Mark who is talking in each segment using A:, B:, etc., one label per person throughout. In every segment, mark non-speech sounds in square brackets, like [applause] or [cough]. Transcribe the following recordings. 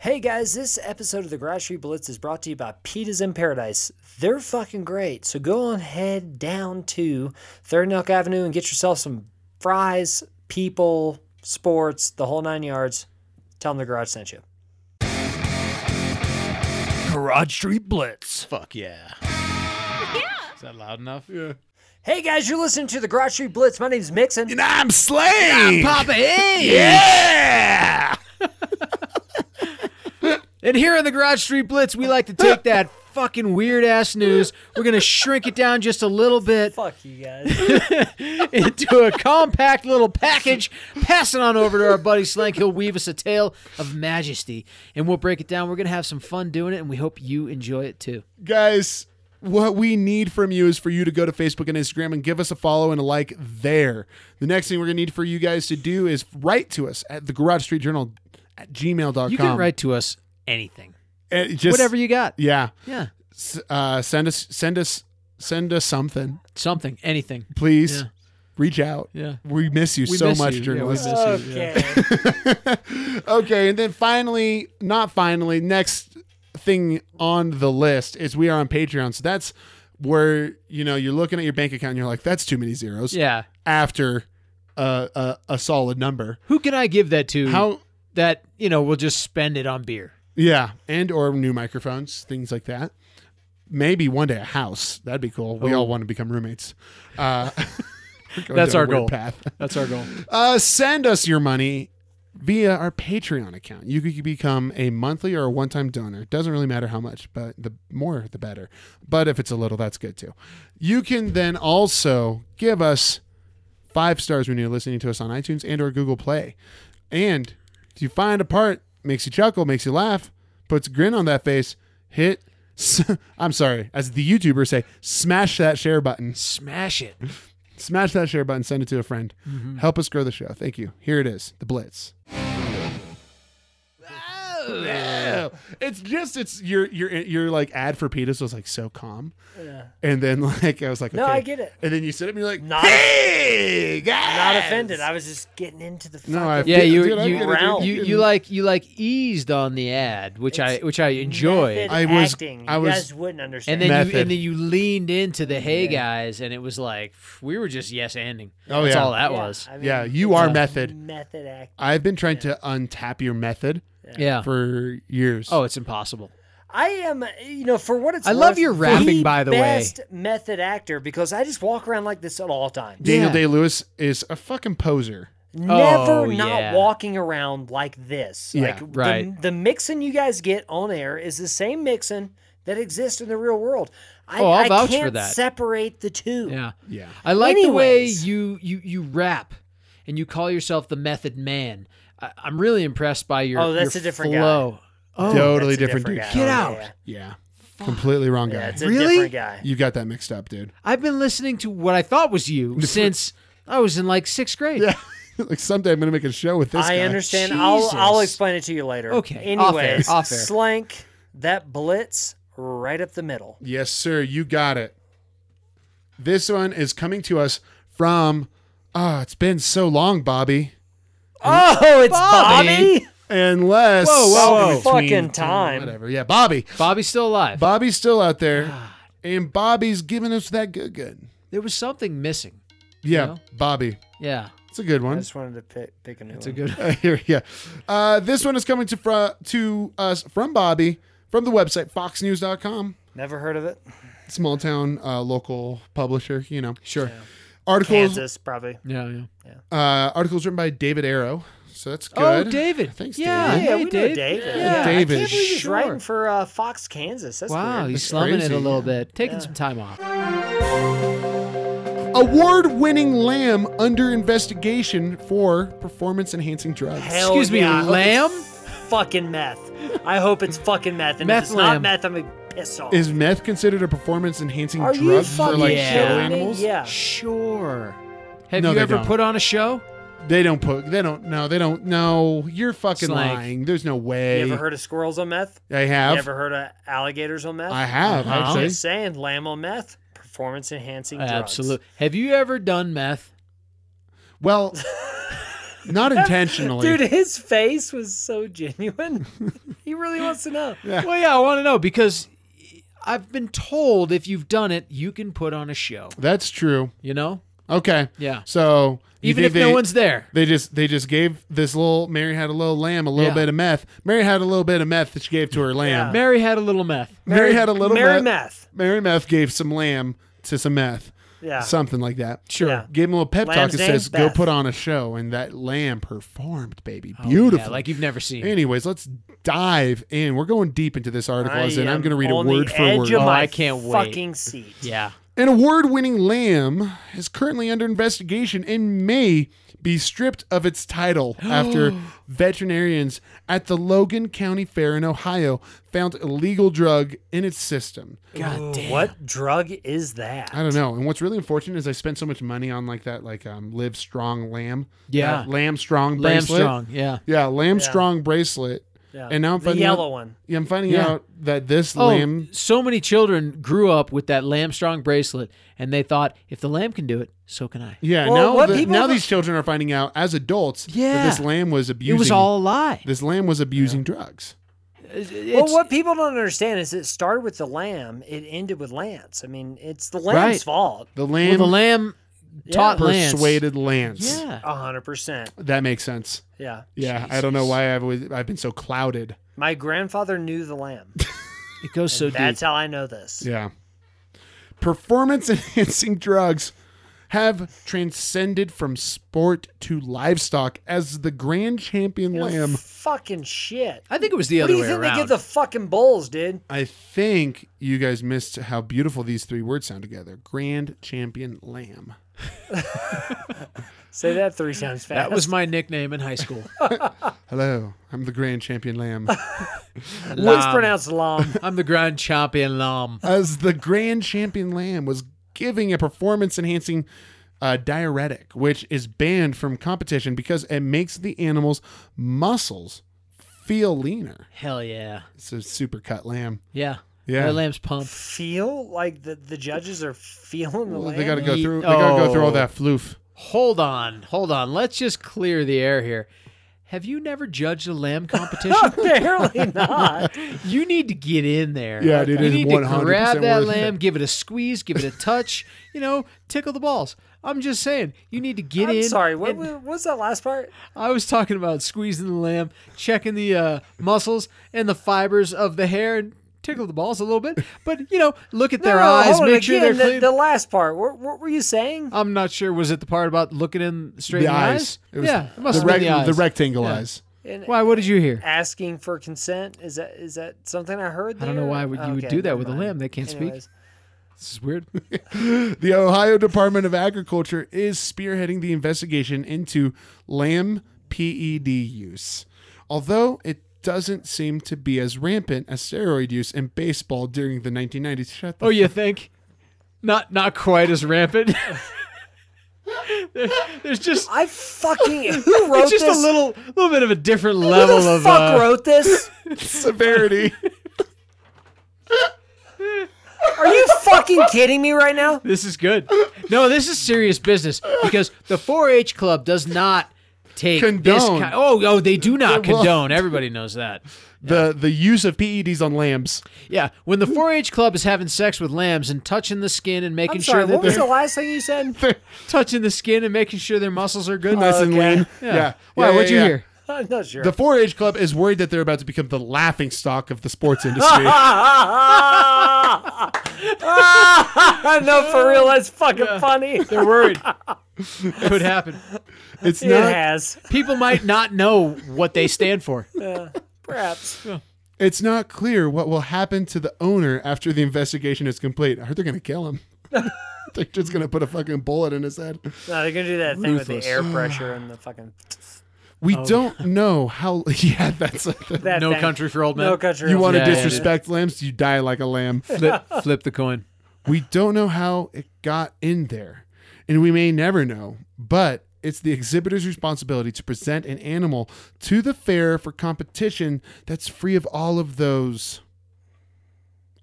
A: Hey guys, this episode of the Garage Street Blitz is brought to you by Pitas in Paradise. They're fucking great. So go on head down to Third and Elk Avenue and get yourself some fries, people, sports, the whole nine yards. Tell them the garage sent you.
B: Garage Street Blitz.
C: Fuck yeah.
D: Is that loud enough?
C: Yeah.
A: Hey guys, you're listening to the Garage Street Blitz. My name's Mixon.
B: And I'm Slade. [laughs]
C: Papa A.
B: Yeah.
C: And here on the Garage Street Blitz, we like to [laughs] take that fucking weird ass news. We're gonna shrink it down just a little bit
A: Fuck you
C: [laughs]
A: guys.
C: into a compact little package, pass it on over to our buddy Slank. He'll weave us a tale of majesty, and we'll break it down. We're gonna have some fun doing it, and we hope you enjoy it too.
E: guys what we need from you is for you to go to facebook and instagram and give us a follow and a like there the next thing we're gonna need for you guys to do is write to us at the garage street journal at gmail.com
C: You can write to us anything,
E: And just
C: whatever you got.
E: yeah
C: Yeah,
E: S- uh, send us send us send us something
C: something, anything.
E: please
C: Yeah.
E: reach out
C: Yeah.
E: we miss you
C: We
E: so
C: miss
E: much
C: you. Yeah, we
E: journalists
C: miss you. Yeah.
A: Okay.
E: [laughs] okay, and then finally, not finally, next thing on the list is we are on Patreon. So that's where you know you're looking at your bank account and you're like, that's too many zeros
C: Yeah.
E: after a, a a solid number.
C: Who can I give that to?
E: How?
C: that you know we'll just spend it on beer.
E: Yeah, and or new microphones, things like that. Maybe one day a house. That'd be cool. We all want to become roommates. Uh, [laughs] we're going
C: Oh. That's
E: down a
C: our
E: weird
C: goal.
E: Path.
C: That's our goal.
E: Uh, send us your money via our Patreon account. You could become a monthly or a one time donor. Doesn't really matter how much, but the more the better. But if it's a little, that's good too. You can then also give us five stars when you're listening to us on iTunes and or Google Play. And if you find a part makes you chuckle, makes you laugh, puts a grin on that face, hit s- [laughs] I'm sorry, as the YouTubers say, smash that share button
C: Smash it.
E: smash that share button, send it to a friend.
A: Mm-hmm.
E: Help us grow the show. Thank you. Here it is, the Blitz. Yeah. It's just it's your your your like ad for Petus was like so calm, and then [laughs] like I was like
A: No,
E: okay.
A: I get it.
E: And then you sit up and you're like
A: Not-
E: hey guys!
A: Not offended. I was just getting into the.
E: no I
A: fucking-
C: Yeah, you
E: dude, I
C: you,
E: get it,
A: round.
E: dude.
C: you you like you like eased on the ad, which I which I enjoy.
A: Method
E: I was-
A: Acting.
E: I
A: you
E: was-
A: guys wouldn't understand.
C: And then you,
E: Method.
C: and then you leaned into the hey guys, and it was like pff, we were just yes ending.
E: Oh,
C: That's
E: yeah.
C: all that
A: Yeah,
C: was.
A: I
E: yeah
A: mean,
E: you are method.
A: Method acting.
E: I've been trying to untap your method
C: yeah.
E: for years.
C: oh, it's impossible.
A: I am, you know, for what it's.
C: I love
A: worth,
C: your rapping, by the way.
A: best method actor because I just walk around like this at all times.
E: Daniel
C: yeah.
E: Day Lewis is a fucking poser.
A: Never not
C: Oh, yeah.
A: walking around like this.
E: Yeah,
A: like
C: right.
A: The, the mixing you guys get on air is the same mixing that exists in the real world. I,
C: Oh, I'll
A: I
C: vouch for
A: can't
C: that.
A: separate the two.
C: Yeah,
E: Yeah.
C: I like the way
A: Anyways.
C: you you you rap, and you call yourself the Method Man. I, I'm really impressed by your
A: Oh, that's
C: your
A: a different guy.
C: flow. Oh,
E: totally
A: That's a
E: different, dude.
A: guy.
C: Get
A: Oh,
C: out.
A: Yeah,
E: Yeah. Completely wrong guy.
A: yeah it's a
C: Really?
A: different guy.
E: you got that mixed up, dude.
C: I've been listening to what I thought
E: [laughs]
C: was you since I was in like sixth grade.
E: Yeah. [laughs] like someday I'm gonna make a show with this.
A: I
E: guy.
A: understand. I'll I'll
C: Jesus.
A: explain it to you later.
C: Okay, off air,
A: Anyways,
C: off air.
A: slank that blitz right up the middle.
E: Yes, sir. You got it. This one is coming to us from. Ah, it's been so long, Bobby.
A: Oh, it's
C: Bobby?
A: Bobby.
E: Unless
C: Whoa, whoa, whoa.
E: In between-
A: Fucking time.
E: Whatever. Yeah, Bobby.
C: Bobby's still alive.
E: Bobby's still out there, and Bobby's giving us that good, good.
C: there was something missing.
E: Yeah,
C: know?
E: Bobby.
C: Yeah,
E: It's a good
A: I
E: one.
A: just wanted to pick, pick a new
C: it's a
A: one.
E: [laughs]
C: good.
E: Uh, here, yeah. Uh, this one is coming to fro- to us from Bobby from the website foxnews.com.
A: Never heard of it.
E: small town uh, local publisher, you know. Sure. Articles
A: Kansas, probably.
C: Yeah, yeah.
E: uh, articles written by David Arrow. So that's
C: Oh,
E: good.
C: David.
E: Thanks,
C: yeah,
E: David.
C: hey,
A: Yeah, we know
C: Dave.
A: David.
C: Yeah,
E: David.
C: I can't believe
A: He's
C: sure.
A: writing for uh, Fox, Kansas. That's
C: Wow,
A: weird.
C: he's
E: That's
C: slumming it
E: crazy,
C: a little
E: yeah.
C: bit, taking some time off.
E: Award-winning lamb under investigation for performance-enhancing drugs.
A: Hell
C: Excuse me,
A: yeah, I hope
C: lamb?
A: it's Fucking meth. I hope it's fucking meth. And
C: Meth
A: if it's not
C: lamb.
A: meth, I'm gonna be pissed off.
E: Is meth considered a performance-enhancing
A: Are you
E: drug for
A: fucking
E: like
C: Yeah.
E: show
A: kidding me?
E: animals?
A: Yeah.
C: Sure. Have
E: No,
C: you
E: they
C: ever
E: don't.
C: put on a show?
E: They don't put. They don't. No, they don't. No, you're fucking
C: Slank.
E: lying. There's no way.
A: You ever heard of squirrels on meth?
E: I have.
A: You ever heard of alligators on meth?
E: I have.
C: Uh-huh.
E: Actually.
A: Just saying, lamb on meth, performance enhancing drugs. [laughs]
E: [laughs]
C: Absolutely. Have you ever done meth?
E: Well, Not intentionally.
A: Dude, his face was so genuine. [laughs] he really wants to know.
C: Well, yeah, I want to know because I've been told if you've done it, you can put on a show.
E: That's true.
C: You know?
E: Okay.
C: Yeah.
E: So you
C: Even
E: think
C: if no
E: they-
C: one's there.
E: They just they just gave this little Mary had a little lamb a little
C: Yeah.
E: bit of meth. Mary had a little bit of meth that she gave to her lamb.
C: Mary had a little meth.
E: Mary, had a little
A: Mary
E: meth.
A: meth.
E: Mary meth gave some lamb to some meth.
A: Yeah.
E: Something like that.
A: Sure. Yeah.
E: Gave him a little pep
A: Lamb's
E: talk that
A: name's
E: says, "Go
A: Beth." Oh,
E: put on a show," and that lamb performed, baby,
C: Beautiful.
E: beautiful.
C: like you've never seen.
E: Anyways, let's dive in. We're going deep into this article,
A: I
E: as in I'm
A: am
E: going to read it
A: on
E: word
A: the
E: for
A: edge
E: word.
A: Of
C: Oh,
A: my
C: I can't wait.
A: Fucking seat.
C: Yeah.
E: An award winning lamb is currently under investigation and may be stripped of its title
A: [gasps]
E: after veterinarians at the Logan County Fair in Ohio found illegal drug in its system.
C: God damn.
A: What drug is that?
E: I don't know. And what's really unfortunate is I spent so much money on like that, like um, Live Strong Lamb.
C: Yeah.
E: That lamb Strong
C: Lamb
E: bracelet.
C: strong. Yeah.
E: Yeah, Lamb Strong bracelet.
A: Yeah.
E: And now I'm
A: the
E: finding
A: yellow
E: out,
A: one.
E: Yeah, I'm finding
C: Yeah.
E: out that this
C: Oh,
E: lamb.
C: so many children grew up with that lamb strong bracelet, and they thought, if the lamb can do it, so can I.
E: Yeah,
A: Well,
E: now
A: what
E: the,
A: people-
E: now these children are finding out as adults that
C: Yeah.
E: this lamb was
C: It
E: abusing.
C: was all a lie.
E: This lamb was abusing drugs.
A: Well, what people don't understand is it started with the lamb, it ended with Lance. I mean, it's the lamb's
C: Right.
A: fault.
E: The
C: Well,
E: lamb,
C: the lamb taught Lance.
E: persuaded Lance.
C: Yeah.
A: A hundred percent.
E: That makes sense.
A: Yeah.
E: Yeah, I don't know why I've always, I've been so clouded.
A: My grandfather knew the
E: [laughs]
A: lamb.
C: It goes so deep.
A: That's how I know this.
E: Yeah. Performance [laughs] enhancing drugs have transcended from sport to livestock as the grand champion lamb.
A: Fucking shit.
C: I think it was the
A: What
C: other
A: do you
C: way
A: think
C: around.
A: they give the fucking bulls, dude?
E: I think you guys missed how beautiful these three words sound together. Grand champion lamb.
A: Say that three times fast.
C: that was my nickname in high school. [laughs]
E: Hello, I'm the grand champion
A: [laughs]
E: lamb. [laughs]
A: What's pronounced lamb?
C: I'm the grand champion lamb.
E: as the grand champion lamb was giving a performance enhancing uh, diuretic, which is banned from competition because it makes the animal's muscles feel leaner.
C: Hell yeah.
E: It's a super cut lamb.
C: Yeah.
E: Yeah.
C: That lamb's pump.
A: Feel like the, the judges are feeling the
E: Well,
A: lamb.
E: they gotta go
C: Ye-
E: through. They gotta go through all
C: oh.
E: that floof.
C: Hold on. Hold on. Let's just clear the air here. Have you never judged a
A: [laughs]
E: [laughs]
C: lamb competition?
A: Apparently not.
C: you need to get in there.
E: Yeah, dude,
C: You
E: it is
C: need to
E: 100%
C: grab that
E: worth it.
C: lamb, give it a squeeze, give it a touch, [laughs] you know, tickle the balls. I'm just saying, you need to [laughs] get
A: I'm
C: in.
A: sorry. What,
C: and-
A: what was that last part?
C: I was talking about squeezing the lamb, checking the uh, muscles and the fibers of the hair, and tickle the balls a little bit. But you know, look at their
A: No,
C: eyes,
A: hold on.
C: make sure they're
A: Again,
C: clean. Uh,
A: the, the last part. What, what were you saying?
C: I'm not sure. Was it the part about looking in straight
E: The
C: in the
E: eyes.
C: eyes?
E: It was
C: yeah, it must
E: the,
C: have been
E: rec-
C: the eyes.
E: the rectangle eyes.
A: And
C: Why? What did you hear?
A: asking for consent is that is that something I heard?
C: I don't know
A: there?
C: why would you would
A: Okay,
C: do that
A: never
C: with a
A: mind.
C: lamb. They can't speak.
A: Anyways.
C: This is weird.
E: The Ohio Department of Agriculture is spearheading the investigation into lamb PED use, although it doesn't seem to be as rampant as steroid use in baseball during the 1990s. Shut the
C: oh, you think? Not not quite as rampant. [laughs] There- there's just
A: I
C: [laughs]
A: fucking who wrote
C: it's just
A: this?
C: a little little bit of a different
A: who the
C: level of
A: fuck
C: uh,
A: wrote this?
C: [laughs]
E: severity.
A: Are
C: [laughs]
A: you fucking kidding me right now?
C: This is good. No, this is serious business because the 4-H club does not take this
E: Condone.
C: kind. Oh, oh, they do not
E: They won't.
C: condone. Everybody knows that.
E: the the use of PEDs on lambs.
C: Yeah, when the 4-H club is having sex with lambs and touching the skin and making
A: I'm sorry.
C: sure that
A: What was
C: they're
A: the last thing you said?
C: touching [laughs] the skin and making sure their muscles are good.
E: Nice and
A: Okay.
E: lean.
C: yeah. Why?
E: Yeah,
C: what'd
E: yeah,
C: you
E: yeah.
C: hear?
A: [laughs] I'm not sure. [laughs]
E: The 4-H club is worried that they're about to become the laughing stock of the sports
C: [laughs]
A: [laughs]
E: industry.
A: no, for real, that's fucking
C: [laughs]
A: funny. It
C: They're worried. Could happen.
E: it's not
A: has
C: People might not know what they
A: [laughs]
C: stand for.
A: perhaps.
C: [laughs]
E: it's not clear what will happen to the owner after the investigation is complete. I heard they're going to kill
C: [laughs]
E: him. they're just going to put a fucking bullet in his head.
A: No, they're gonna do that thing with
E: Ruthless.
A: the air pressure and the fucking
E: We
C: Oh.
E: don't know how [laughs] yeah, that's
A: that
C: No
A: thing.
C: country for old men.
A: No country.
E: [laughs] you want to
C: Yeah, yeah,
A: [laughs]
C: yeah.
E: disrespect lambs, you die like a lamb.
C: Flip, flip the coin.
E: We don't know how it got in there, and we may never know, but it's the exhibitor's responsibility to present an animal to the fair for competition that's free of all of those.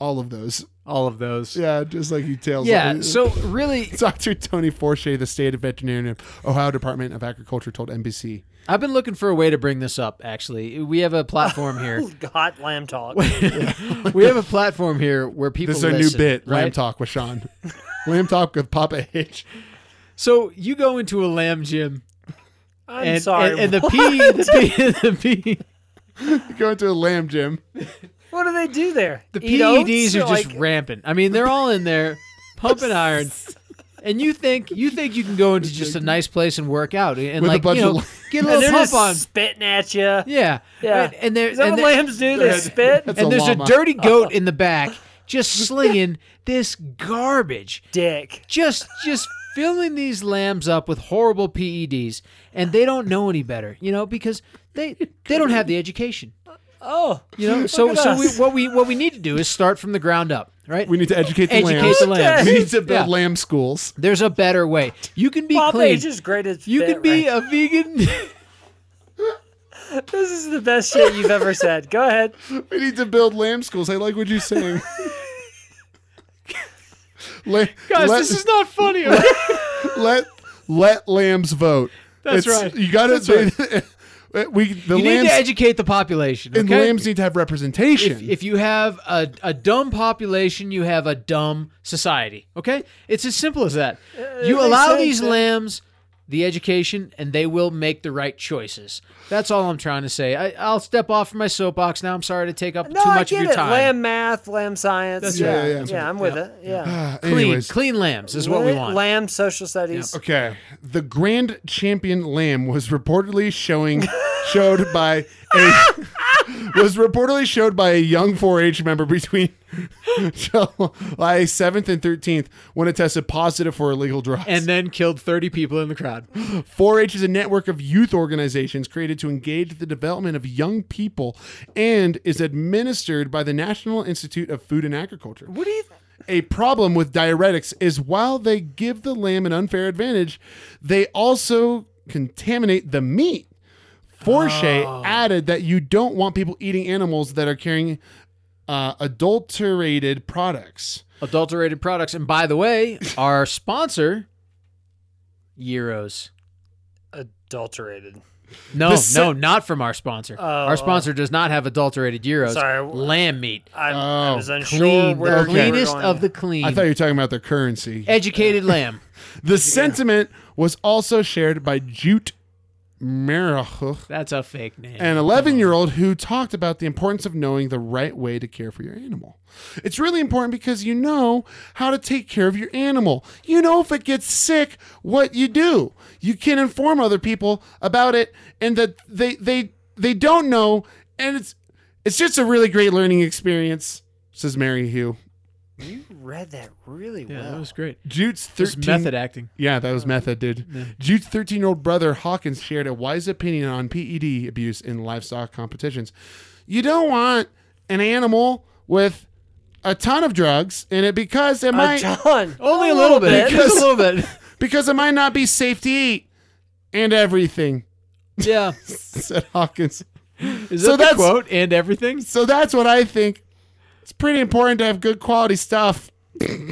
E: All of those.
C: All of those.
E: Yeah, just like you tails.
C: Yeah. So really,
E: [laughs] Dr. Tony Forche, the state of veterinarian of Ohio Department of Agriculture, told NBC
C: I've been looking for a way to bring this up. Actually, we have a
E: [laughs]
C: platform here.
A: Hot lamb talk.
E: Oh,
C: we have a platform here where people.
E: This is our new
C: listen,
E: bit, Lamb
C: right?
E: Talk with Sean. [laughs] Lamb Talk with Papa H.
C: So you go into a lamb gym,
A: I'm
C: and
A: sorry.
C: and, and the P,
A: [laughs]
C: the P, [laughs] the P,
E: Going to a lamb gym.
A: what do they do there?
C: the
A: Eat
C: PEDs
A: oats?
C: are just
A: Like,
C: rampant. I mean, they're all in there, pumping
A: [laughs]
C: iron. And you think you think you can go into just a nice place and work out and
E: With a
C: like
E: bunch
C: you know
E: of-
C: get a
A: and
C: little
A: they're
C: pump
A: just
C: on,
A: spitting at you.
C: yeah,
A: Yeah.
C: And, and there-
A: Is that
C: and
A: what
C: there-
A: lambs do? They spit.
E: That's
C: and there's
E: llama.
C: a dirty goat in the back just slinging this garbage
A: Dick.
C: just just filling these lambs up with horrible PEDs and they don't know any better you know because they they don't have the education
A: Oh,
C: you know so
A: at
C: so we,
A: us.
C: what we what we need to do is start from the ground up right
E: We need to educate the
C: educate
E: lambs.
C: the
E: [laughs]
C: lambs
E: We need to build
C: Yeah.
E: lamb schools.
C: there's a better way you can be
A: Papa
C: clean
A: H is great at
C: you
A: spit
C: can be a vegan [laughs]
A: right? This is the best shit you've ever said. Go
C: [laughs]
A: ahead.
E: We need to build lamb schools. I like what you're saying. La-
C: guys
E: let,
C: this is not funny
E: let let lambs vote.
C: That's
E: It's-
C: right.
E: You got
C: That's
E: to. [laughs] We the
C: you need
E: lambs
C: to educate the population
E: and
C: okay?
E: lambs need to have representation.
C: if, if you have a, a dumb population, you have a dumb society. Okay? It's as simple as that. You
A: Uh, makes
C: allow
A: sense,
C: these
A: yeah.
C: lambs the education and they will make the right choices. That's all I'm trying to say. I, I'll step off from my soapbox now. I'm sorry to take up
A: No,
C: too
A: I
C: much of
A: get
C: your
A: it.
C: time.
A: Lamb math, lamb science.
E: That's
A: yeah,
E: right. Yeah,
A: yeah,
E: yeah.
A: I'm with it. Yeah.
E: Ah,
C: clean,
E: anyways.
C: clean lambs is what we want.
A: Lamb social studies.
E: Okay. The grand champion lamb was reportedly showing showed by a [laughs] was reportedly showed by a young 4-H member between [laughs] July 7th and 13th when it tested positive for illegal drugs.
C: and then killed 30 people in the crowd. [gasps]
E: 4 H is a network of youth organizations created to engage the development of young people and is administered by the National Institute of Food and Agriculture.
A: What do you?
E: A problem with diuretics is while they give the lamb an unfair advantage, they also contaminate the meat. Forche added that you don't want people eating animals that are carrying uh, adulterated products.
C: Adulterated products. And by the way, our sponsor, Euros.
A: Adulterated.
C: No,
E: The se-
C: no, not from our sponsor. our sponsor does not have adulterated euros.
A: Sorry, w-
C: lamb meat,
A: I'm, I
E: Oh,
A: was unsure
C: clean,
A: where
C: the
A: we were
C: cleanest
A: going.
C: of the clean.
E: I thought you were talking about their currency.
C: Educated lamb.
E: The sentiment was also shared by Jute Merah,
C: That's a fake name.
E: an 11 year old who talked about the importance of knowing the right way to care for your animal. It's really important because you know how to take care of your animal. You know if it gets sick, what you do. You can inform other people about it and that they they they don't know and it's it's just a really great learning experience, says Mary Hugh.
A: You read that really
C: yeah,
A: well.
C: that
E: [laughs]
C: was great.
E: Jute's
C: Just
E: 13
C: method acting.
E: yeah, that was method, dude. Jude's 13 year old brother Hawkins shared a wise opinion on PED abuse in livestock competitions. You don't want an animal with a ton of drugs in it because it
A: Uh,
E: might
A: John,
C: Only
E: Oh,
C: a little bit. Just a
E: [laughs]
C: little bit.
E: because it might not be safe to eat and everything, [laughs]
C: yeah.
E: said Hawkins.
C: Is
E: So
C: that the
E: that's-
C: quote and everything?
E: So that's what I think. It's pretty important to have good quality stuff.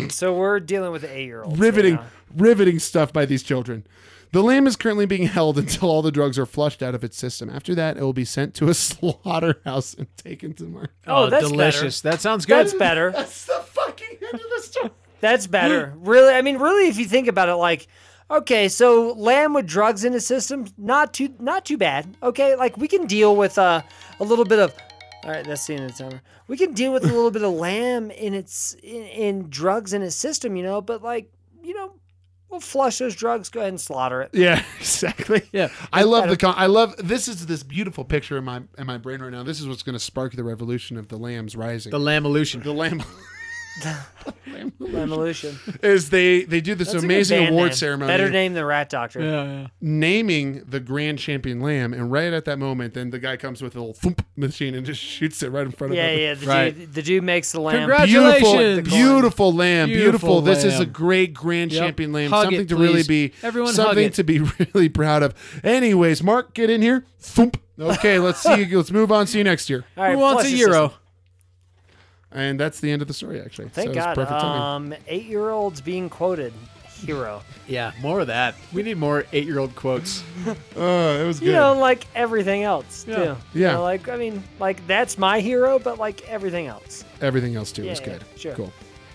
A: So we're dealing with eight year olds.
E: riveting riveting stuff by these children the lamb is currently being held [laughs] until all the drugs are flushed out of its system after that it will be sent to a [laughs] slaughterhouse and taken to market
A: Oh, that's
C: delicious. That sounds good.
A: That's better.
E: that's the fucking end of the story
A: That's
C: [laughs]
A: better. Really, I mean, really, if you think about it, like, okay, so lamb with drugs in his system, not too, not too bad. Okay, like we can deal with uh, a little bit of. All right, that's the end of the timer. We can deal with a little bit of lamb in its in, in drugs in his system, you know. But like, you know, we'll flush those drugs. Go ahead and slaughter it.
E: yeah [laughs] exactly
C: Yeah.
E: i love the con- i love this is this beautiful picture in my in my brain right now this is what's going to spark the revolution of the lambs rising
C: The lamb illusion.
E: the lamb
A: Evolution.
E: is they they do this amazing award ceremony
A: Better name than Rat Doctor.
E: naming the grand champion lamb and right at that moment then the guy comes with a little thump machine and just shoots it right in front of
A: Yeah,
E: him
A: yeah. The,
C: Right.
A: dude, the dude makes the lamb.
C: Congrats.
E: beautiful
C: Congratulations.
E: beautiful lamb beautiful,
C: Beautiful
E: this is a
C: lamb.
E: great grand
C: Yep.
E: champion lamb
C: Hug
E: something
C: it,
E: to really be
C: please. Everyone hug
E: something
C: it.
E: to be [laughs] really proud of anyways mark get in here thump okay let's
C: [laughs]
E: see you let's move on see you next year
A: All right,
C: Who wants a
A: flush the system.
C: euro?
E: and that's the end of the story actually
A: Thank
E: so it's
A: God. Uh,
E: perfect timing.
A: Um, eight year olds being quoted. hero.
C: Yeah, more of that. We need more eight-year-old quotes.
E: Uh, it was good.
A: You know, like everything else too. You
E: Yeah.
A: know, like I mean, like that's my hero, but like everything else.
E: Everything else too
A: Yeah,
E: was
A: yeah,
E: good.
A: sure.
E: Cool.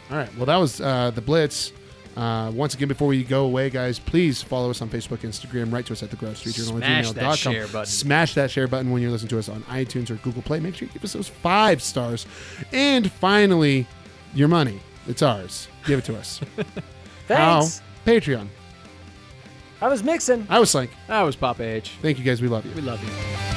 E: All right. Well, that was uh, the Blitz. Uh, once again, before we go away, guys, please follow us on Facebook, Instagram, write to us at the Grove Street Journal
C: Smash that share button.
E: Smash that share button when you're listening to us on iTunes or Google Play. Make sure you give us those five stars. And finally, your money. It's ours. Give it to us.
A: [laughs] Thanks.
E: How? Patreon.
A: I was mixing.
E: I was like,
C: That was Pop H.
E: thank you guys. We love you.
C: We love you.